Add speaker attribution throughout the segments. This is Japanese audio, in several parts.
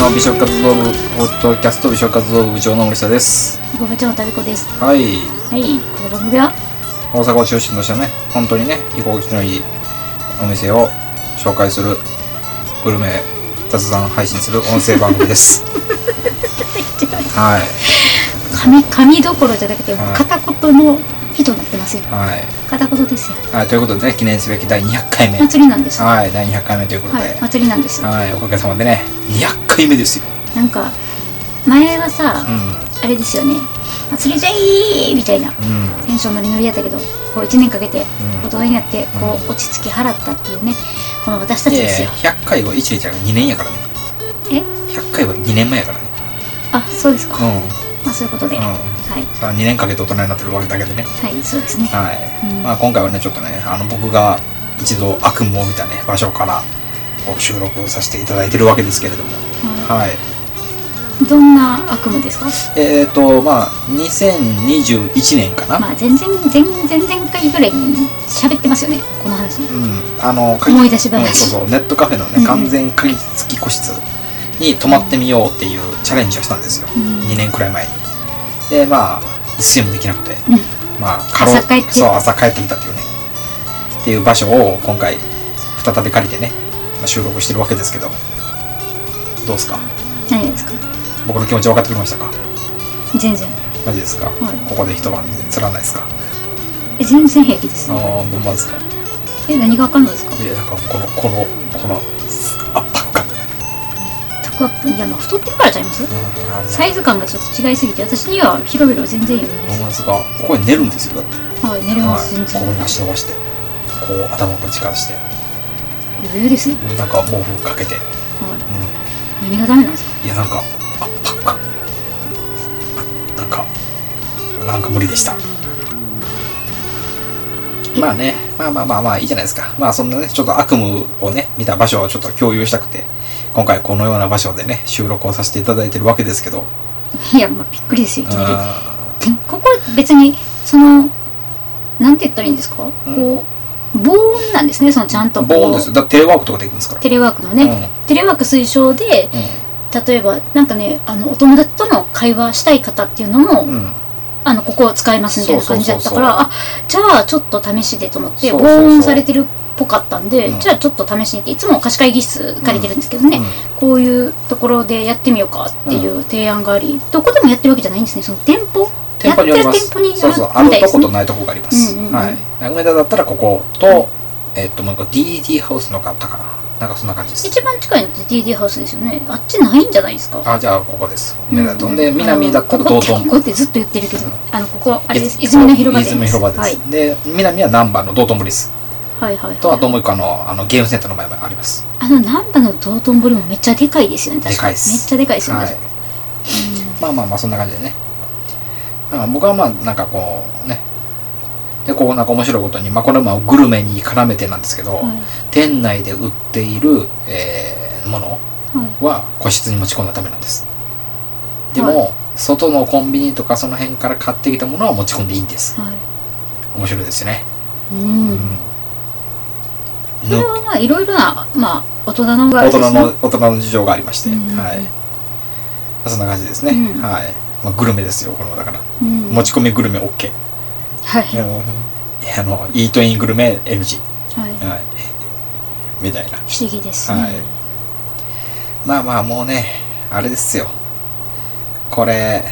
Speaker 1: 曜美食活動部ポッドキャスト美食活動部部長の森下です
Speaker 2: ご部長のたびこです。
Speaker 1: はい
Speaker 2: はい、この番組は、
Speaker 1: 大阪を中心としたね本当にね居心地のいいお店を紹介するグルメ雑談配信する音声番組です はい
Speaker 2: 紙、紙どころじゃなくて、
Speaker 1: はい
Speaker 2: 片言の人になってますよ。
Speaker 1: はい、
Speaker 2: 片言ですよ。
Speaker 1: はい、ということでね記念すべき第200回目
Speaker 2: 祭りなんです。は
Speaker 1: はい第200回目ということで、
Speaker 2: い、祭りなんです。
Speaker 1: はい、おかげさまでね200回目ですよ
Speaker 2: なんか、前はさ、
Speaker 1: うん
Speaker 2: あれですよね、祭りじゃいーみたいな。
Speaker 1: うん
Speaker 2: テンションノリノリやったけど、こう1年かけて
Speaker 1: うん
Speaker 2: 大人になって、こ
Speaker 1: う
Speaker 2: う落ち着き払ったっていうね、この私たち
Speaker 1: いや
Speaker 2: です
Speaker 1: いや
Speaker 2: よ。
Speaker 1: 100回は1年じゃ2年やからね
Speaker 2: え
Speaker 1: 100回は2年前やからね
Speaker 2: あ、そうですか。
Speaker 1: う
Speaker 2: ま
Speaker 1: ん
Speaker 2: あそういうことで、
Speaker 1: うん
Speaker 2: はい。
Speaker 1: さあ2年かけて大人になってるわけだけどね
Speaker 2: はい、そうですね。
Speaker 1: はい、
Speaker 2: うん
Speaker 1: まあ今回はねちょっとねあの僕が一度悪夢を見たね場所からこう収録させていただいてるわけですけれども
Speaker 2: は
Speaker 1: はい
Speaker 2: いどんな悪夢ですか
Speaker 1: えっ、ー、とまあ2021年かな、
Speaker 2: まあ全然前前々回ぐらいに喋ってますよねこの話
Speaker 1: うんあの鍵
Speaker 2: 思い出し
Speaker 1: うん
Speaker 2: 話
Speaker 1: そうそうネットカフェの
Speaker 2: うんう
Speaker 1: ね
Speaker 2: ん
Speaker 1: 完全鍵付き個室に泊まってみようっていうチャレンジをしたんですよ、
Speaker 2: うん
Speaker 1: 2年くらい前にでまあ一睡もできなくて
Speaker 2: うん
Speaker 1: まあ、過労
Speaker 2: 朝帰って
Speaker 1: そう朝帰ってきたっていうねっていう場所を今回再び借りてね、まあ、収録してるわけですけどどうですか
Speaker 2: 何がですか
Speaker 1: 僕の気持ち分かってくれましたか
Speaker 2: 全然
Speaker 1: マジですか、
Speaker 2: い
Speaker 1: ここで一晩でつらないですか
Speaker 2: え全然平気です
Speaker 1: ああどんまですか
Speaker 2: え何がわかんないですか
Speaker 1: いやなんかこのこのこの圧迫感、
Speaker 2: タコアップいやまあ太ってるからちゃいます
Speaker 1: うん、あの
Speaker 2: サイズ感がちょっと違いすぎて私には広々全然余裕で
Speaker 1: ほんまですがここに寝るんですよだって、
Speaker 2: すはい寝れ
Speaker 1: は
Speaker 2: ます全
Speaker 1: い、ここに
Speaker 2: 然
Speaker 1: 足伸ばしてこう頭ぶちかして
Speaker 2: 余裕ですね
Speaker 1: なんか毛布かけて、う
Speaker 2: はい
Speaker 1: ん、
Speaker 2: 何がダメなんですか
Speaker 1: いやなんか圧迫感なんかなんか無理でしたまあねまあまあまあまあいいじゃないですかまあそんなねちょっと悪夢をね見た場所をちょっと共有したくて今回このような場所でね収録をさせていただいてるわけですけど
Speaker 2: いやまあびっくりですよいきな
Speaker 1: あ
Speaker 2: りここ別にそのなんて言ったらいいんですか
Speaker 1: うん
Speaker 2: こう防音なんですねそのちゃんと
Speaker 1: ー
Speaker 2: こう
Speaker 1: ボーンですよだってテレワークとかできるんですから
Speaker 2: テレワークのね、
Speaker 1: う
Speaker 2: テレワーク推奨で例えばなんかねあのお友達との会話したい方っていうのも、
Speaker 1: うんうん
Speaker 2: あのここを使いますみたいな感じだったから
Speaker 1: そ
Speaker 2: あじゃあちょっと試しでと思って
Speaker 1: そう
Speaker 2: 防
Speaker 1: そうそう
Speaker 2: 音されてるっぽかったんで、
Speaker 1: うん
Speaker 2: じゃあちょっと試しにっていつも貸し会議室借りてるんですけどね、
Speaker 1: うん
Speaker 2: こういうところでやってみようかっていう提案があり、どこでもやってるわけじゃないんですねその店舗
Speaker 1: 店舗によりま
Speaker 2: やっ
Speaker 1: す
Speaker 2: てる店舗による
Speaker 1: そうそうある
Speaker 2: みたい
Speaker 1: と
Speaker 2: です
Speaker 1: こ
Speaker 2: ね
Speaker 1: とないとこがあります、
Speaker 2: うんうんうん
Speaker 1: はい梅田だったらここと、えっともう一個 DD ハウスのがあったかななんかそんな感じです
Speaker 2: 一番近いのって DD ハウスですよねあっちないんじゃないですか
Speaker 1: あじゃあここです
Speaker 2: う
Speaker 1: 梅田と、で南だったら
Speaker 2: あの
Speaker 1: 道
Speaker 2: ここ
Speaker 1: 頓
Speaker 2: ってここってずっと言ってるけど、
Speaker 1: うん
Speaker 2: あのここあれです
Speaker 1: い
Speaker 2: 泉の広場です
Speaker 1: 泉の広場です、
Speaker 2: はい、
Speaker 1: で南は難波の道頓堀です
Speaker 2: はいはいはい
Speaker 1: とあともう一個あのあのゲームセンターの前もあります
Speaker 2: あの難波の道頓堀もめっちゃでかいですよね確
Speaker 1: で
Speaker 2: か
Speaker 1: かいっす
Speaker 2: めっちゃでかいですよね、
Speaker 1: はいまあまあまあそんな感じでねまあ僕はまあなんかこうねでこうなんか面白いことに、まあ、これもグルメに絡めてなんですけど、
Speaker 2: うんはい
Speaker 1: 店内で売っている、えーもの
Speaker 2: は
Speaker 1: は個室に持ち込んだためなんですでも、外のコンビニとかその辺から買ってきたものは持ち込んでいいんです
Speaker 2: いはい
Speaker 1: 面白いですよね
Speaker 2: うん、
Speaker 1: うん
Speaker 2: これ
Speaker 1: の
Speaker 2: はまあいろいろな、まあ、大人のがあ
Speaker 1: 大
Speaker 2: れです
Speaker 1: 人
Speaker 2: ね
Speaker 1: の大人の事情がありまして、
Speaker 2: うん
Speaker 1: はいまあそんな感じですね、
Speaker 2: うん
Speaker 1: はい、まあ、グルメですよこのだから、
Speaker 2: うん
Speaker 1: 持ち込みグルメ OK、
Speaker 2: はい、
Speaker 1: あのあのイートイングルメ NG、
Speaker 2: はい、
Speaker 1: はい、みたいな
Speaker 2: 不思議ですね、
Speaker 1: はいまあまあもうねあれですよこれ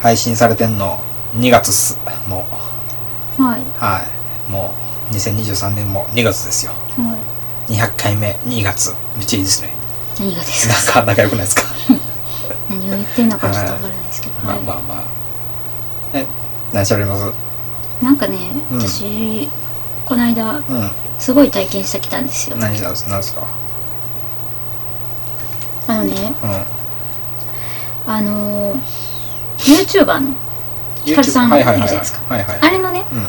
Speaker 1: 配信されてんの2月っすもう
Speaker 2: はい
Speaker 1: はいもう2023年も2月ですよ
Speaker 2: は
Speaker 1: 200回目2月めっちゃいいですね
Speaker 2: い、何がです
Speaker 1: な
Speaker 2: か
Speaker 1: んか仲良くないですか
Speaker 2: 何を言ってんのかちょっとわからないですけど、
Speaker 1: ま
Speaker 2: は
Speaker 1: あ
Speaker 2: い
Speaker 1: まあまあえ何しゃべります
Speaker 2: なんかね
Speaker 1: うん
Speaker 2: 私、この間
Speaker 1: う
Speaker 2: すごい体験してきたんですよ
Speaker 1: ん何したんです何ですか
Speaker 2: あのね
Speaker 1: うん
Speaker 2: あのー YouTuber のヒカル
Speaker 1: YouTube
Speaker 2: さん
Speaker 1: はいはい
Speaker 2: い
Speaker 1: は
Speaker 2: る
Speaker 1: いは
Speaker 2: じゃないいですか
Speaker 1: はいはい
Speaker 2: あれのね
Speaker 1: うんうん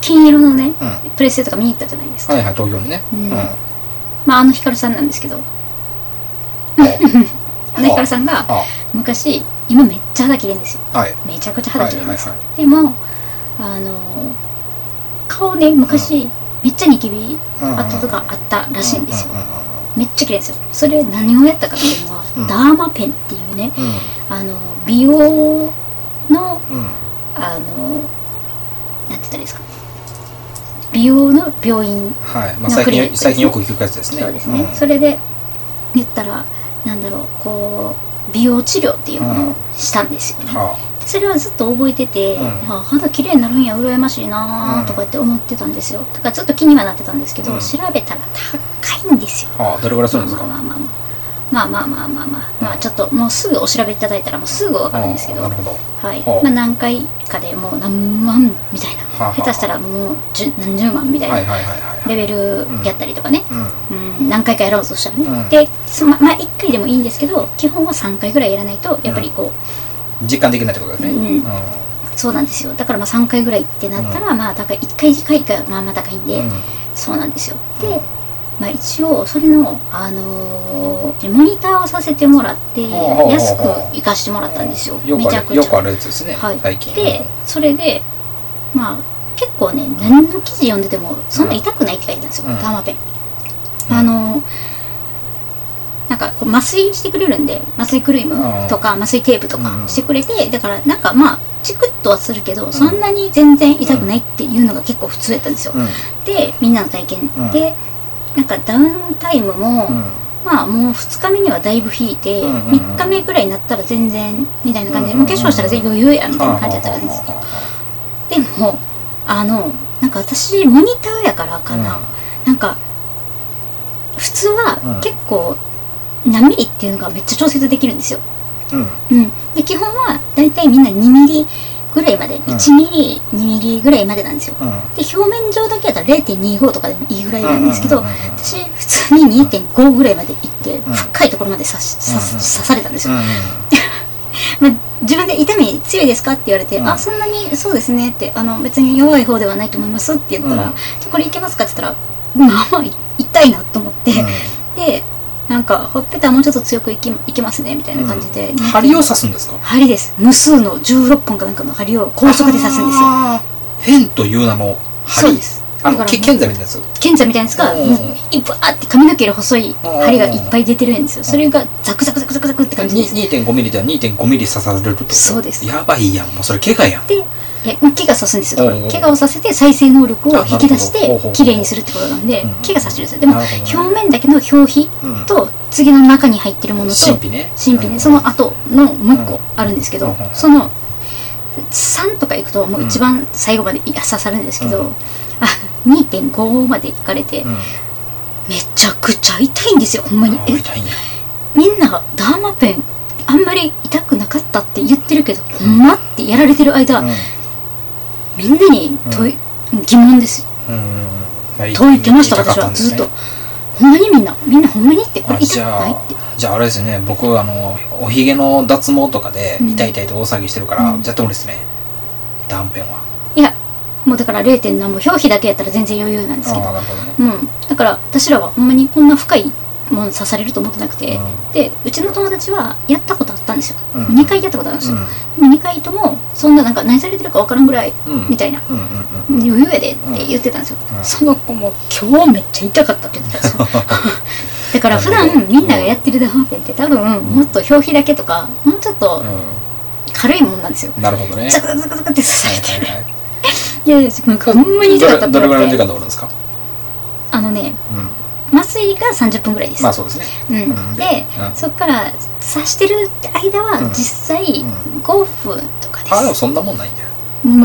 Speaker 2: 金色のね
Speaker 1: は
Speaker 2: プレステとか見に行ったじゃないですか、
Speaker 1: いはい東京にね
Speaker 2: う
Speaker 1: うんんうん
Speaker 2: まああのヒカルさんなんですけどあのヒカルさんが
Speaker 1: あ
Speaker 2: 昔今めっちゃ肌綺麗ですよ
Speaker 1: あはい
Speaker 2: めちゃくちゃ
Speaker 1: は
Speaker 2: 肌
Speaker 1: い
Speaker 2: 綺麗
Speaker 1: はい
Speaker 2: です、
Speaker 1: は
Speaker 2: でもあの顔ね昔、めっちゃニキビ
Speaker 1: い
Speaker 2: 跡とかあったらしいんですよ、
Speaker 1: うんうんうんうん
Speaker 2: めっちゃ綺麗ですよそれ何をやったかっていうのは、
Speaker 1: うん
Speaker 2: ダーマペンっていうね
Speaker 1: うん
Speaker 2: あの美容の
Speaker 1: うん
Speaker 2: あのなんて言ったらいいですか美容の病院
Speaker 1: はいまあ
Speaker 2: なんか
Speaker 1: 最
Speaker 2: クリニック
Speaker 1: 近
Speaker 2: ですね
Speaker 1: 最近よく聞くやつですね
Speaker 2: そうですね、
Speaker 1: ん
Speaker 2: それで言ったらなんだろうこう美容治療っていうのをしたんですよね、
Speaker 1: は
Speaker 2: でそれはずっと覚えてて、
Speaker 1: うん
Speaker 2: あ肌綺麗になるんや羨ましいなーとかって思ってたんですよだからずっと気にはなってたんですけど、
Speaker 1: うん
Speaker 2: 調べたら高いんですよ
Speaker 1: あはあどれぐらいするんですか
Speaker 2: まあまあまあまあまあまあまあまあ、まあちょっともうすぐお調べいただいたらもうすぐわかるんですけど
Speaker 1: ああなるほど
Speaker 2: はい
Speaker 1: ほう
Speaker 2: まあ、何回かでもう何万みたいな
Speaker 1: はあはあ
Speaker 2: 下手したらもう十何十万みたいな、
Speaker 1: はいはいはいはいはい
Speaker 2: レベルやったりとかね、
Speaker 1: うん
Speaker 2: うん、何回かやろうとしたらね、
Speaker 1: うん
Speaker 2: でそのまあ1回でもいいんですけど基本は3回ぐらいやらないとやっぱりこう、
Speaker 1: 実感できないってことですね
Speaker 2: うん
Speaker 1: うん
Speaker 2: そうなんですよだからまあ3回ぐらいってなったら、まあだから1回1回がまあまあ高いんで、
Speaker 1: うん
Speaker 2: そうなんですよで、
Speaker 1: うん
Speaker 2: まあ、一応それの、あのーモニターをさせてもらって
Speaker 1: ほうほうほう
Speaker 2: 安く行かしてもらったんですよ、
Speaker 1: よ
Speaker 2: め
Speaker 1: く
Speaker 2: ち
Speaker 1: あ
Speaker 2: ゃく
Speaker 1: る
Speaker 2: ちゃ
Speaker 1: よくあるやつですね
Speaker 2: はい、
Speaker 1: 最近
Speaker 2: でそれでまあ結構ね何の記事読んでてもそんな痛くないって書いてたんですよ、
Speaker 1: うん
Speaker 2: ガーマペン、
Speaker 1: うん
Speaker 2: あのなんかこう麻酔してくれるんで麻酔クリームとか麻酔テープと
Speaker 1: うんう
Speaker 2: か
Speaker 1: ん
Speaker 2: してくれて、だからなんかまあチクッとはするけど、そんなに全然痛くないっていうのが結構普通やったんですよ、
Speaker 1: うんうん
Speaker 2: でみんなの体験
Speaker 1: うん
Speaker 2: で、なんかダウンタイムも、
Speaker 1: うん
Speaker 2: まあもう2日目にはだいぶ引いて、
Speaker 1: うんうんうん
Speaker 2: 3日目ぐらいになったら全然みたいな感
Speaker 1: うん
Speaker 2: じで、
Speaker 1: うんうん
Speaker 2: もう化粧したら全然余裕やみたいな感じだったんですよでもあのなんか私モニターやからかな、
Speaker 1: うん
Speaker 2: なんか普通
Speaker 1: う
Speaker 2: は
Speaker 1: ん
Speaker 2: 結構何ミリっていうのがめっちゃ調節できるんですよ、
Speaker 1: うん
Speaker 2: うん、で基本はだいたいみんな2ミリぐらいまで、
Speaker 1: ん
Speaker 2: 1ミリ2ミリぐらいまでなんですよ
Speaker 1: うん
Speaker 2: で表面上だけやったら0.25とかでもいいぐらいなんですけど、
Speaker 1: うんうんうんうんうん
Speaker 2: 私普通に2.5ぐらいまで行って、
Speaker 1: ん
Speaker 2: 深いところまで刺し刺
Speaker 1: うんうん
Speaker 2: 刺されたんです
Speaker 1: うん
Speaker 2: よ、
Speaker 1: うん
Speaker 2: まあ、自分で痛み強いですかって言われて、
Speaker 1: うん
Speaker 2: あそんなにそうですねってあの別に弱い方ではないと思いますって言ったら、
Speaker 1: うん
Speaker 2: じゃあこれいけますかって言ったらまあまあい痛いなと思 って、でなんかほっぺたはもうちょっと強くいきいきますねみたいな感じで、
Speaker 1: うん針を刺すんですか
Speaker 2: 針です無数の16本かなんかの針を高速で刺すんですよ
Speaker 1: あー変という名の針
Speaker 2: そうです
Speaker 1: あの
Speaker 2: だから
Speaker 1: け剣座みたいなやつ
Speaker 2: 賢者みたいなやつが
Speaker 1: うん
Speaker 2: もういっぱいあって髪の毛より細い針がいっぱい出てるんですよそれがザクザクザクザクザクって感じです
Speaker 1: 2.5ミリじゃ2.5ミリ刺されるってこと
Speaker 2: そうです
Speaker 1: やばいやんもうそれ怪我やん
Speaker 2: でえまあ怪我さすんですよ
Speaker 1: うんうん
Speaker 2: 怪我をさせて再生能力を引き出し
Speaker 1: あなるほどほうほうほ
Speaker 2: て
Speaker 1: う
Speaker 2: 綺麗にするってことなんで
Speaker 1: うん
Speaker 2: 怪我させてるんですよでも
Speaker 1: なるほどね
Speaker 2: 表面だけの表皮
Speaker 1: うん
Speaker 2: と次の中に入ってるものと
Speaker 1: 神秘ね
Speaker 2: 神秘
Speaker 1: う
Speaker 2: ね
Speaker 1: ん
Speaker 2: その後のもう一個あるんですけ
Speaker 1: う
Speaker 2: ど
Speaker 1: ん
Speaker 2: その3とかいくともう一番最後までい刺さるんですけ
Speaker 1: う
Speaker 2: ど
Speaker 1: ん
Speaker 2: あ2.5までいかれて
Speaker 1: うん
Speaker 2: めちゃくちゃ痛いんですよほんまに
Speaker 1: あ
Speaker 2: え
Speaker 1: 痛いんや
Speaker 2: みんなダーマペンあんまり痛くなかったって言ってるけどほんまってやられてる間、みんなに問い、疑問です
Speaker 1: うんうんうんまあい
Speaker 2: 問いてました
Speaker 1: 痛か
Speaker 2: 私
Speaker 1: た
Speaker 2: は
Speaker 1: んですね
Speaker 2: ずっとほんまにみんなみんなほんまにってこれ
Speaker 1: あ
Speaker 2: 痛く
Speaker 1: じ
Speaker 2: な
Speaker 1: ゃあ
Speaker 2: いって
Speaker 1: じゃああれですね僕あのおひげの脱毛とかで
Speaker 2: うん
Speaker 1: 痛い痛いと大騒ぎしてるから、
Speaker 2: うん
Speaker 1: じゃあどうですね断片はい
Speaker 2: やもうだから 0. 何も表皮だけやったら全然余裕なんですけ
Speaker 1: ああ
Speaker 2: ど
Speaker 1: なるほどね
Speaker 2: うんだから私らはほんまにこんな深いもの刺されると思ってなくて、
Speaker 1: うん
Speaker 2: でうちの友達はやったことあったんですよ、
Speaker 1: うん
Speaker 2: 2回やったことあるんですよ、でも2回ともそんななんか何されてるか分からんぐらい
Speaker 1: うん
Speaker 2: みたいな
Speaker 1: うんうん
Speaker 2: 余裕やでって言ってたんですよ、
Speaker 1: うん
Speaker 2: その子も今日めっちゃ痛かったって言ってたん ですよだから普段
Speaker 1: なるほど
Speaker 2: みんながやってるダーペンって多分もっと表皮だけとかもうちょっと
Speaker 1: うん
Speaker 2: 軽いもんなんですよ、
Speaker 1: うんなるほどね
Speaker 2: ザクザクザクザクって刺されて、
Speaker 1: はいはいはい
Speaker 2: い、やいやなんかほんまに痛かった
Speaker 1: どれどれぐらいの
Speaker 2: っ
Speaker 1: 時
Speaker 2: て
Speaker 1: 間で終わるんですか
Speaker 2: あのね
Speaker 1: うん
Speaker 2: 麻酔が30分ぐらいです、
Speaker 1: まあそうですね
Speaker 2: うん
Speaker 1: うん
Speaker 2: で、
Speaker 1: うん
Speaker 2: そっから刺してる間
Speaker 1: う
Speaker 2: は
Speaker 1: ん
Speaker 2: 実際
Speaker 1: ん
Speaker 2: 5分とかで
Speaker 1: あでも
Speaker 2: す、
Speaker 1: そんなもんないんや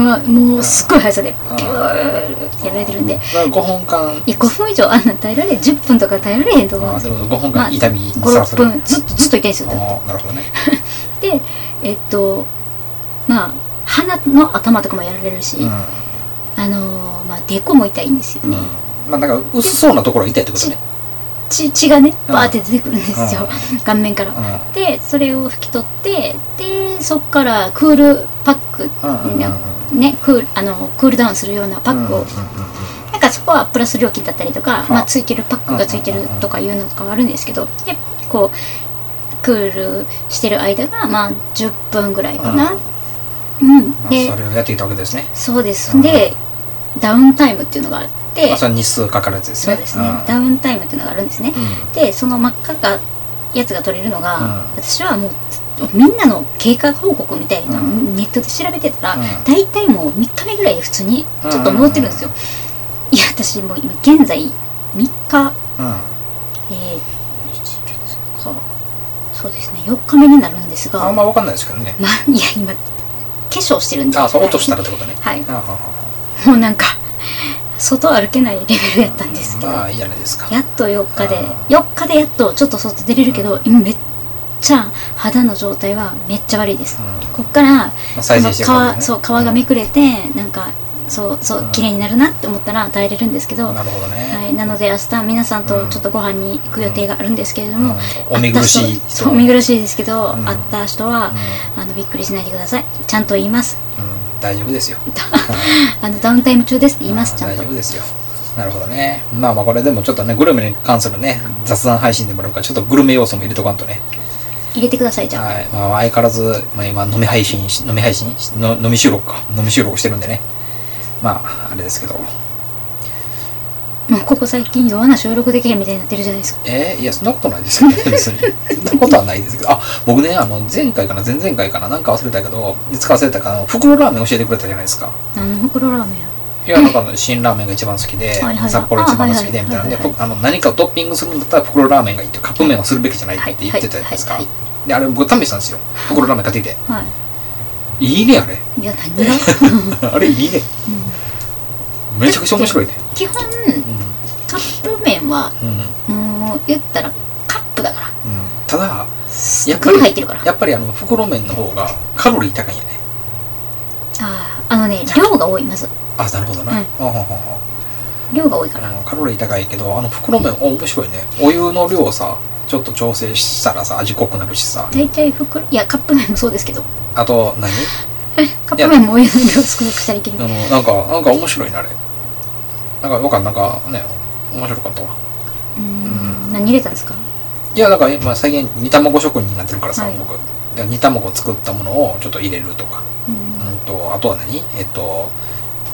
Speaker 2: まあもうすっごい速さでビューってやられてるんで
Speaker 1: だから5分間
Speaker 2: いや5分以上あんなん耐えられん10分とか耐えられへんと思うん
Speaker 1: あ
Speaker 2: で
Speaker 1: あ
Speaker 2: す
Speaker 1: でも5分
Speaker 2: まあ、
Speaker 1: 間痛みにさらさ
Speaker 2: 56
Speaker 1: れる
Speaker 2: 分ずっとずっと痛いんですよ
Speaker 1: ああなるほどね
Speaker 2: でえっとまあ鼻の頭とかもやられるし、
Speaker 1: うん
Speaker 2: あのーまあデコも痛いんですよ
Speaker 1: うん
Speaker 2: ね、
Speaker 1: まあなんか薄そうなところが痛いってことね
Speaker 2: 血血がねバーって出てくるんですよ、顔面から、
Speaker 1: うん
Speaker 2: でそれを拭き取ってでそっからクールパック、
Speaker 1: うんうんうん
Speaker 2: ねクールあのクールダウンするようなパックを、
Speaker 1: うんう
Speaker 2: なんかそこはプラス料金だったりとか、
Speaker 1: あ
Speaker 2: まあ、ついてるパックがついてるとかいうのとかはあるんですけどでこうクールしてる間がまあ10分ぐらいかなうん、
Speaker 1: んうんまあ
Speaker 2: で
Speaker 1: それをやってきたわけですね
Speaker 2: そうです、
Speaker 1: うん
Speaker 2: でダウンタイムっていうのがあって、
Speaker 1: まあ、それは日数かかるやつです
Speaker 2: そ
Speaker 1: ね。
Speaker 2: うですね、ダウンタイムっていうのがあるんですね
Speaker 1: うん。うん
Speaker 2: でその真っ赤がやつが取れるのが、
Speaker 1: うん
Speaker 2: 私はもうみんなの経過報告みたいな、
Speaker 1: うん
Speaker 2: ネットで調べてたら、
Speaker 1: うん
Speaker 2: 大体もう3日目ぐらい普通にちょっと戻ってるんですよ、いや私もう今現在3日
Speaker 1: うん。
Speaker 2: えー、かそうですね4日目になるんですが
Speaker 1: あんまわかんないですけどね。
Speaker 2: まあいや今化粧してるんで
Speaker 1: あ、そう落としたらってことね。
Speaker 2: はい
Speaker 1: あああ
Speaker 2: もうなんか外歩けないレベルやったんですけど、
Speaker 1: まあいいじゃないですか。
Speaker 2: やっと4日で
Speaker 1: うん
Speaker 2: 4日でやっとちょっと外出れるけど、今めっちゃ肌の状態はめっちゃ悪いです、
Speaker 1: うん
Speaker 2: こっから
Speaker 1: まあ、再生して
Speaker 2: その皮そう皮がめくれて、なんかそうそう、
Speaker 1: うん
Speaker 2: 綺麗になるなって思ったら耐えれるんですけど、
Speaker 1: なるほどね。
Speaker 2: はい、なので明日皆さんとちょっとご飯に行く予定があるんですけれども、
Speaker 1: うんお見苦しい
Speaker 2: 会った人そうお見苦しいですけど、
Speaker 1: うん
Speaker 2: 会った人は、あのびっくりしないでくださいちゃんと言います
Speaker 1: うんうん大丈夫ですよ。
Speaker 2: あのダウンタイム中ですって言いますちゃん
Speaker 1: 大
Speaker 2: と
Speaker 1: 丈夫ですよ。なるほどね。まあまあこれでもちょっとね、グルメに関するね、雑談配信でもあるから、ちょっとグルメ要素も入れとかんとね。
Speaker 2: 入れてくださいじゃあ、
Speaker 1: はい。まあ相変わらず、まあ今飲み配信し、飲み配信しの飲み収録か。飲み収録してるんでね。まあ、あれですけど。
Speaker 2: もうここ最近弱な収録できへんみたいになってるじゃないですか
Speaker 1: えーいや、そんなことないですよ、ね、 別に。そんなことはないですけど。あ、僕ね、あの、前回かな、前々回かな、なんか忘れたけど、いつか忘れたかな、袋ラーメン教えてくれたじゃないですか。
Speaker 2: 何の袋ラーメンや
Speaker 1: いや、なんか、辛ラーメンが一番好きで、
Speaker 2: はいはい
Speaker 1: 札幌一番が好きで、
Speaker 2: あ
Speaker 1: みたいなんで、
Speaker 2: はいはい
Speaker 1: 僕あの、何かをトッピングするんだったら、袋ラーメンがいいって、カップ麺はするべきじゃないって言ってたじゃないですか
Speaker 2: はいは。
Speaker 1: で、あれ、僕、試したんですよ。袋ラーメン買ってきて。
Speaker 2: はい
Speaker 1: いいね、あれ。
Speaker 2: いや何 が、
Speaker 1: あれ、いいね。
Speaker 2: う
Speaker 1: めちゃくちゃ面白いね。
Speaker 2: ん基本
Speaker 1: う
Speaker 2: カップ麺は
Speaker 1: ん。うん。うん。
Speaker 2: もう言ったらカップだから
Speaker 1: ただ、
Speaker 2: す
Speaker 1: や
Speaker 2: っ
Speaker 1: っぱ
Speaker 2: ごい入っ
Speaker 1: り
Speaker 2: てるから、
Speaker 1: やっぱり、あの、袋麺の方が、カロリー高いんやね。
Speaker 2: あーあのね量が多いまず
Speaker 1: あ、なるほどな。
Speaker 2: うん
Speaker 1: はあはあはあ
Speaker 2: 量が多いから
Speaker 1: あのカロリー高いけどあの袋麺面白いねお湯の量さちょっと調整したらさ味濃くなるしさ
Speaker 2: 大体袋いやカップ麺もそうです けど
Speaker 1: あと何
Speaker 2: カップ麺もお湯の量少なくしたらいける
Speaker 1: あのなんかなんか面白いなあれなんかよかったなんかね面白かったわ
Speaker 2: うん何入れたんですか
Speaker 1: いやなんか今最近煮卵職人になってるからさ、
Speaker 2: はい
Speaker 1: 僕で煮卵作ったものをちょっと入れるとか
Speaker 2: うん
Speaker 1: うんとあとは何えっと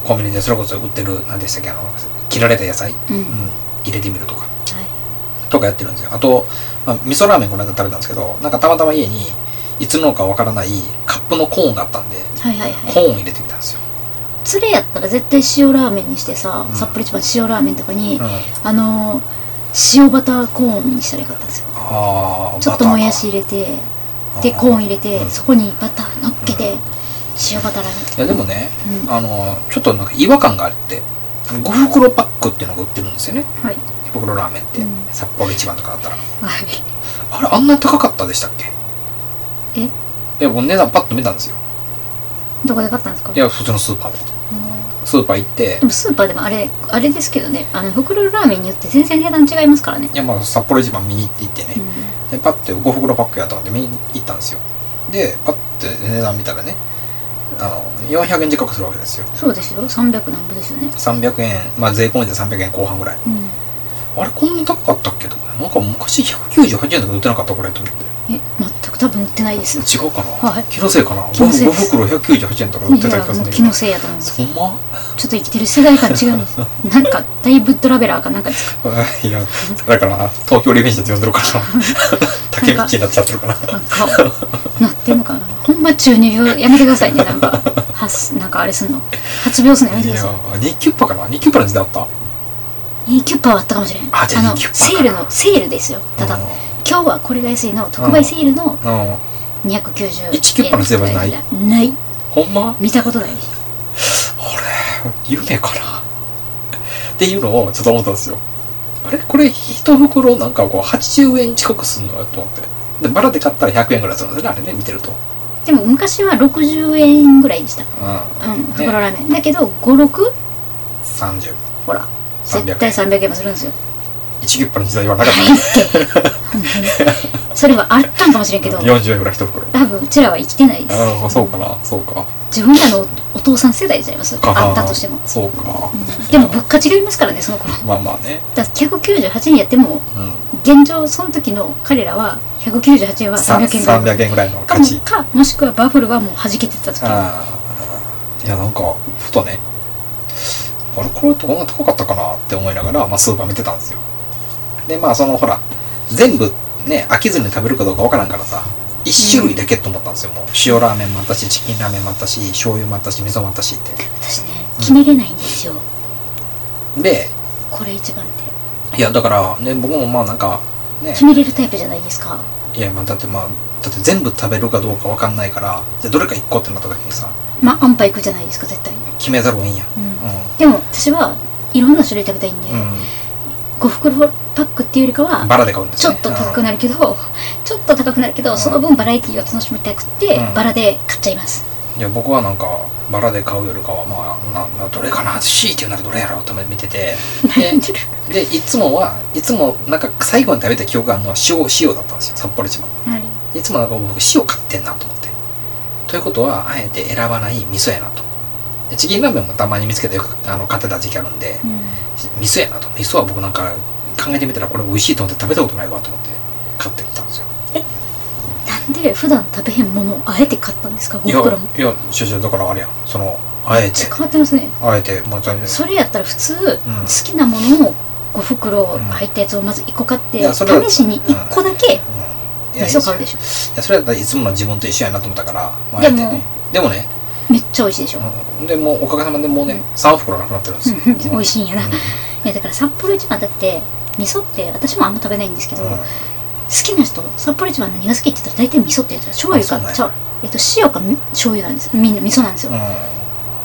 Speaker 1: コンビニでそれこそ売ってる何でしたっけあの切られた野菜、
Speaker 2: うん
Speaker 1: うん
Speaker 2: は、
Speaker 1: 入れてみるとかとかやってるんですよ。あと、まあ、味噌ラーメンこの間食べたんですけど、なんかたまたま家に、いつのかわからないカップのコーンがあったんで、
Speaker 2: いはいはい
Speaker 1: コ
Speaker 2: は
Speaker 1: ーンを入れてみたんですよ。
Speaker 2: いそれやったら絶対塩ラーメンにしてさ、
Speaker 1: うん
Speaker 2: 札幌一番塩ラーメンとかに、
Speaker 1: うん。あ
Speaker 2: あのー塩バターコーンにしたらよかったんですよ
Speaker 1: あー、
Speaker 2: ちょっともやし入れてでコーン入れて、
Speaker 1: うん
Speaker 2: そこにバター乗っけて、塩バターラー
Speaker 1: れいや、でもね、
Speaker 2: メン、うん、は
Speaker 1: あの、ちょっとなんか違和感があって、5袋パックっていうのが売ってるんですよね。
Speaker 2: い
Speaker 1: 5袋ラーメンって、
Speaker 2: うん
Speaker 1: 札幌一番とかだったら。
Speaker 2: はい
Speaker 1: あれ、あんな高かったでしたっけ
Speaker 2: え
Speaker 1: いや、僕値段パッと見たんですよ。
Speaker 2: どこで買ったんですか
Speaker 1: いや、普通のスーパーで。
Speaker 2: うん
Speaker 1: スーパー行って
Speaker 2: で、もスーパーでもあれあれですけどねあの袋ラーメンによって全然値段違いますからね、
Speaker 1: いや、まあ、札幌一番見に行って行ってね、
Speaker 2: う
Speaker 1: でパッて5袋パックやったんで見に行ったんですよでパッて値段見たらねあの400円近くするわけですよ
Speaker 2: ん、そうですよ300何分ですよね
Speaker 1: 300円まあ税込みで300円後半ぐらい
Speaker 2: うん
Speaker 1: あれこんな高かったっけとかなんか昔198円とか売ってなかったこれと思って
Speaker 2: え全く多分売ってないです
Speaker 1: 違うかな、
Speaker 2: はい
Speaker 1: 気のせいかな 5,
Speaker 2: 気のせいです
Speaker 1: 袋198円とか売って
Speaker 2: い
Speaker 1: た
Speaker 2: や
Speaker 1: 気がす
Speaker 2: も
Speaker 1: るんだ
Speaker 2: う
Speaker 1: け
Speaker 2: 気
Speaker 1: ど
Speaker 2: のせいやと思います
Speaker 1: そんま
Speaker 2: ちょっと生きてる世代から違うんですなんかだいぶトラベラーかなんかですか
Speaker 1: いやだから東京リベンジって呼んでるから 竹道になっちゃってるから
Speaker 2: なんかなってんのかなほんま中二病やめてくださいねなんか発なんかあれすんの発病すんのやめ
Speaker 1: い
Speaker 2: てく
Speaker 1: や
Speaker 2: ださい
Speaker 1: 2キュッパかな2キュッパの時代あった
Speaker 2: いいキュッパーはあったかもしれん
Speaker 1: あじゃあいい
Speaker 2: の
Speaker 1: キュッパ
Speaker 2: セ
Speaker 1: ー
Speaker 2: ー
Speaker 1: か
Speaker 2: ルのセールですよただ
Speaker 1: うん
Speaker 2: 今日はこれが安いの特売セールの
Speaker 1: うん
Speaker 2: 290円
Speaker 1: 一キュッパのセールはない
Speaker 2: ない
Speaker 1: ほんま
Speaker 2: 見たことない
Speaker 1: あれ 夢かなっていうのをちょっと思ったんですよあれこれ一袋なんかこう80円近くすんのよと思ってでバラで買ったら100円ぐらいするんですねあれね見てると
Speaker 2: でも昔は60円ぐらいでした
Speaker 1: うん
Speaker 2: うん袋ラーメンだけど56
Speaker 1: 30
Speaker 2: ほら
Speaker 1: 300
Speaker 2: 絶対300円もするんですよ
Speaker 1: 一ギュッパの時代はなかっ
Speaker 2: 入 ってそれはあったんかもしれんけど
Speaker 1: た40円ぐらい一袋
Speaker 2: 多分うちらは生きてないです
Speaker 1: ああそうかなそうか
Speaker 2: 自分らのお父さん世代ちゃいます
Speaker 1: か
Speaker 2: あったとしても
Speaker 1: そうか
Speaker 2: でも物価違いますからねその頃
Speaker 1: まあまあね
Speaker 2: だから198円やっても
Speaker 1: うん
Speaker 2: 現状その時の彼らは198円は
Speaker 1: さ
Speaker 2: 300円ぐらい
Speaker 1: 300円ぐらいの
Speaker 2: か
Speaker 1: 価
Speaker 2: も
Speaker 1: 値
Speaker 2: かもしくはバブルはもう弾けてた時
Speaker 1: ああいやなんかふとねあれこれってこんな高かったかなって思いながら、まあ、スーパー見てたんですよでまあそのほら全部ね飽きずに食べるかどうかわからんからさ1種類だけと思ったんですよ、もう塩ラーメンもあったしチキンラーメンもあったし醤油もあったし味噌もあったしっ
Speaker 2: 私ね決めれないんですよ、
Speaker 1: てで
Speaker 2: これ一番って
Speaker 1: いやだからね僕もまあなんかね
Speaker 2: 決めれるタイプじゃないですか
Speaker 1: いやまあだってまあだって全部食べるかどうかわかんないからじゃあどれか1個ってなった時にさ
Speaker 2: まあ安パ行くじゃないですか絶対に、
Speaker 1: 決めざるをえんやん
Speaker 2: うん
Speaker 1: う
Speaker 2: でも私はいろんな種類食べたいんで、
Speaker 1: ん、うん
Speaker 2: 5袋パックっていうよりかは
Speaker 1: バラで買うんです
Speaker 2: ちょ
Speaker 1: ね
Speaker 2: っと高くなるけど、ちょっと高くなるけど、
Speaker 1: うん
Speaker 2: その分バラエティーを楽しみたくって、
Speaker 1: うん
Speaker 2: バラで買っちゃい ます
Speaker 1: いや僕はなんかバラで買うよりかはまあななどれかな強いて言うならどれやろうと思って見てて
Speaker 2: 悩ん でる
Speaker 1: でいつもはいつもなんか最後に食べた記憶があるのは塩塩だったんですよ札幌一番
Speaker 2: はい
Speaker 1: いつもなんか僕塩買ってんなと思ってということはあえて選ばない味噌やなとでチキンラーメンもたまに見つけてよくあの買ってた時期あるんで
Speaker 2: うん
Speaker 1: 味噌やなと味噌は僕なんか考えてみたらこれ美味しいと思って食べたことないわと思って買ってきたんですよ
Speaker 2: なんで普段食べへんものをあえて買ったんですか
Speaker 1: い
Speaker 2: 5
Speaker 1: や
Speaker 2: 袋も
Speaker 1: いや所長だからあれやんそのあえて
Speaker 2: 変わってますね
Speaker 1: あえてもうちょい
Speaker 2: それやったら普通、好きなものを5袋入ったやつをまず1個買って、
Speaker 1: いやそれは
Speaker 2: 試しに1個だけ
Speaker 1: うんい
Speaker 2: 味
Speaker 1: や
Speaker 2: 噌買うでしょ
Speaker 1: いやそれだったらいつもの自分と一緒やなと思ったから、まあ、あえてねでもね、
Speaker 2: めっちゃ美味しいでしょ、
Speaker 1: うん、でもうおかげさまでもうね3袋なくなってるんですよ、
Speaker 2: うん美味
Speaker 1: しい
Speaker 2: しいんやな、いやだから札幌一番だって味噌って私もあんま食べないんですけど、
Speaker 1: うん
Speaker 2: 好きな人札幌一番何が好きって言ったら大体味噌って言ったら醤油
Speaker 1: あそうなん
Speaker 2: か
Speaker 1: や
Speaker 2: ちゃうえっと塩かみ醤油なんですみんな味噌なんですよ、
Speaker 1: うん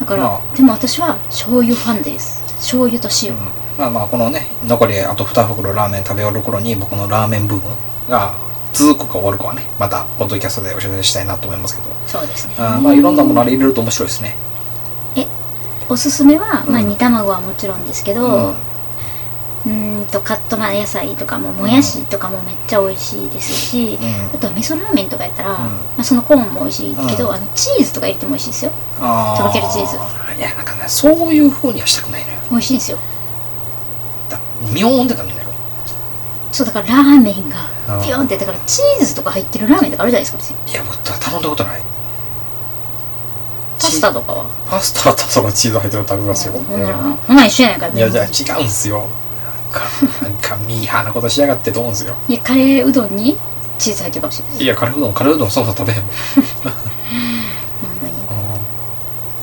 Speaker 2: だから、
Speaker 1: ま
Speaker 2: でも私は醤油ファンです醤油と塩、
Speaker 1: うんまあまあこのね残りあと2袋ラーメン食べ終わる頃に僕のラーメンブームが続くか終わるかはねまたポッドキャストでお知らせしたいなと思いますけど、
Speaker 2: そうですね
Speaker 1: あーまあいろんなものあれ入れると面白いですね
Speaker 2: おすすめは、まあ
Speaker 1: うん
Speaker 2: 煮卵はもちろんですけ
Speaker 1: う
Speaker 2: ど、
Speaker 1: ん、
Speaker 2: うーんとカットマン野菜とかももやしとかもめっちゃ美味しいですし、
Speaker 1: うん
Speaker 2: あとは味噌ラーメンとかやったら、
Speaker 1: ん
Speaker 2: まあ、そのコーンも美味しいけど、
Speaker 1: うん
Speaker 2: あのチーズとか入れても美味しいですよ
Speaker 1: あー
Speaker 2: とろけるチーズ
Speaker 1: いやなんかねそういう風にはしたくないのよ
Speaker 2: 美味しいんですよ
Speaker 1: だ妙音でダメだよ
Speaker 2: そうだからラーメン
Speaker 1: う
Speaker 2: が
Speaker 1: ん
Speaker 2: ピヨンってだからチーズとか入ってるラーメンとかあるじゃないですか別に
Speaker 1: いや僕頼んだことない
Speaker 2: パスタとかは
Speaker 1: パスタとそのチーズ入ってるの食べますよ。
Speaker 2: ほんならほんなら一緒やないから
Speaker 1: いやじゃあ違うんすよ。なんかなんかミーハーなことしやがってと思うんすよ。
Speaker 2: いやカレーうどんにチーズ入ってるかもしれない
Speaker 1: いやカレーうどんカレーうどんそもそも食べへんもん。
Speaker 2: ほんまに
Speaker 1: うん
Speaker 2: ま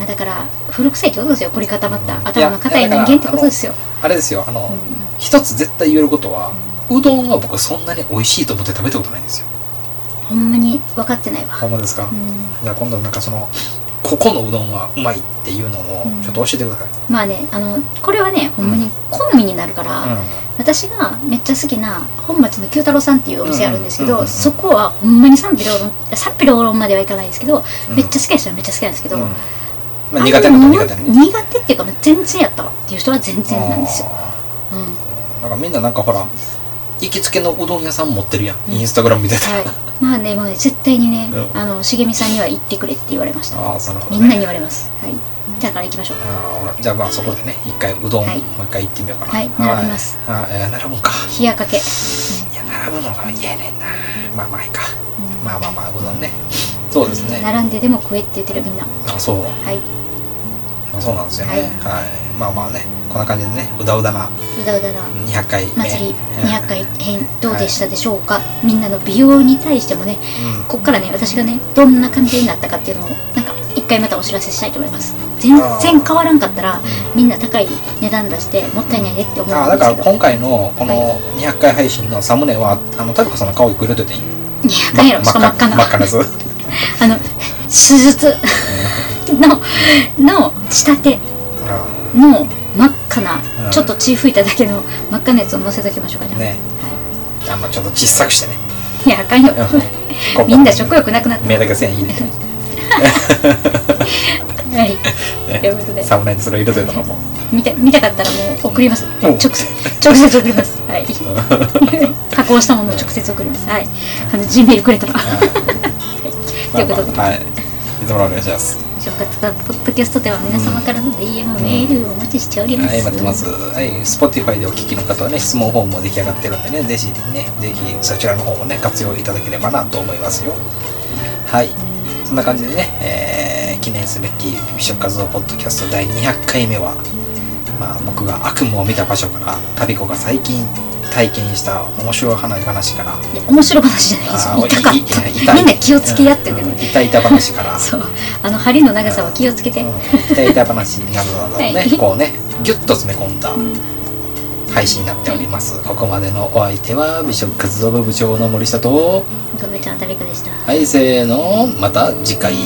Speaker 2: あだから古臭いってことですよ凝り固まった、
Speaker 1: うん
Speaker 2: 頭の硬い人間ってことですよ
Speaker 1: あれですよあの、
Speaker 2: うん
Speaker 1: 一つ絶対言えることは、うどんは僕そんなに美味しいと思って食べたことないんですよ。
Speaker 2: ほんまに分かってないわ
Speaker 1: ほんまですか。
Speaker 2: うん
Speaker 1: じゃあ今度なんかそのここのうどんはうまいっていうのを
Speaker 2: うん
Speaker 1: ちょっと教えてください。
Speaker 2: まあねあのこれはねほんまに好みになるから、私がめっちゃ好きな本町の九太郎さんっていうお店あるんですけ
Speaker 1: うんうんうん
Speaker 2: ど、
Speaker 1: うん
Speaker 2: そこはほんまに賛否両論賛否両論まではいかないですけど、
Speaker 1: うん
Speaker 2: めっちゃ好きな人はめっちゃ好きなんですけど、
Speaker 1: うん。うんまあ
Speaker 2: あ
Speaker 1: 苦手なの
Speaker 2: の
Speaker 1: 苦手なの。
Speaker 2: 苦手っていうか、まあ、全然やったわっていう人は全然なんですよ、
Speaker 1: あ
Speaker 2: うん、は
Speaker 1: ーなんかみんななんかほら行きつけのうどん屋さん持ってるやん。インスタグラム見てたら。
Speaker 2: いまあねもうね絶対にね、
Speaker 1: うん
Speaker 2: あの茂みさんには行ってくれって言われました
Speaker 1: ああなるほど、
Speaker 2: み
Speaker 1: ね。
Speaker 2: んなに言われますはいじゃあから行きましょう
Speaker 1: あーほらじゃあまあそこでね一回うどん、
Speaker 2: はい
Speaker 1: もう一回行ってみようかな
Speaker 2: はい並びます
Speaker 1: あーえー並ぶんか
Speaker 2: 冷やかけ
Speaker 1: いや並ぶのが嫌やねんなまあまあいいか、まあまあまあうどんねそうですね
Speaker 2: 並んででも食えって言ってるみんなは
Speaker 1: あそう、
Speaker 2: い
Speaker 1: まあ、そうなんですよねは
Speaker 2: はい
Speaker 1: い、まあまあねこんな感じでねうだうだな
Speaker 2: うだうだな
Speaker 1: 200回目、
Speaker 2: 祭り200回編どうでしたたでしょうか、みんなの美容に対してもね
Speaker 1: うん
Speaker 2: こっからね私がねどんな感じになったかっていうのをなんか一回またお知らせしたいと思います全然変わらんかったらみんな高い値段出してもったいないねって思うん
Speaker 1: あー
Speaker 2: で
Speaker 1: だか
Speaker 2: すけ
Speaker 1: ら
Speaker 2: ど
Speaker 1: 今回のこの200回配信のサムネはあのタビコさんの顔いくれといていい
Speaker 2: いやあかんやろしかも真っ赤な
Speaker 1: 真っ赤なやつ
Speaker 2: あの手術のの仕立て
Speaker 1: う
Speaker 2: の真っ赤な、
Speaker 1: うん
Speaker 2: ちょっと血吹いただけの真っ赤なやつを載せときましょうかじゃ
Speaker 1: ん
Speaker 2: あ、
Speaker 1: ね
Speaker 2: は
Speaker 1: あのちょっと小さく してね
Speaker 2: い、いやあかんよ
Speaker 1: うん
Speaker 2: みんな食欲なくなって
Speaker 1: 目だけ線いいね
Speaker 2: はいということで
Speaker 1: サムネにそれ入れといたのも
Speaker 2: 見た見たかったらもう送ります
Speaker 1: お
Speaker 2: 直接直接送りますはい 加工したものを直接送りますはいあの G メールくれたらということで、
Speaker 1: はいいつものお願いします
Speaker 2: 正月だポッドキャストでは皆様からの DM、メールをお待ちしております、
Speaker 1: はい待ってますはい Spotify でお聞きの方はね質問フォームも出来上がってるんでねぜひねぜひそちらの方もね活用いただければなと思いますよはいそんな感じでね、えー記念すべき美食活動ポッドキャスト第200回目はまあ、僕が悪夢を見た場所から旅子が最近体験した面白い話から
Speaker 2: いや面白い話じゃないです
Speaker 1: あー
Speaker 2: よ痛かっ
Speaker 1: いいい痛
Speaker 2: た
Speaker 1: い
Speaker 2: みんな気をつけやってるけど
Speaker 1: うん痛々話から
Speaker 2: そうあの針の長さは気をつけて、
Speaker 1: うん痛々話などなどをね、
Speaker 2: はい
Speaker 1: こうねギュッと詰め込んだ
Speaker 2: ん
Speaker 1: 配信になっております、ここまでのお相手は美食活動部部長の森下と
Speaker 2: ごめちゃんたびこでした
Speaker 1: はいせーのまた次回。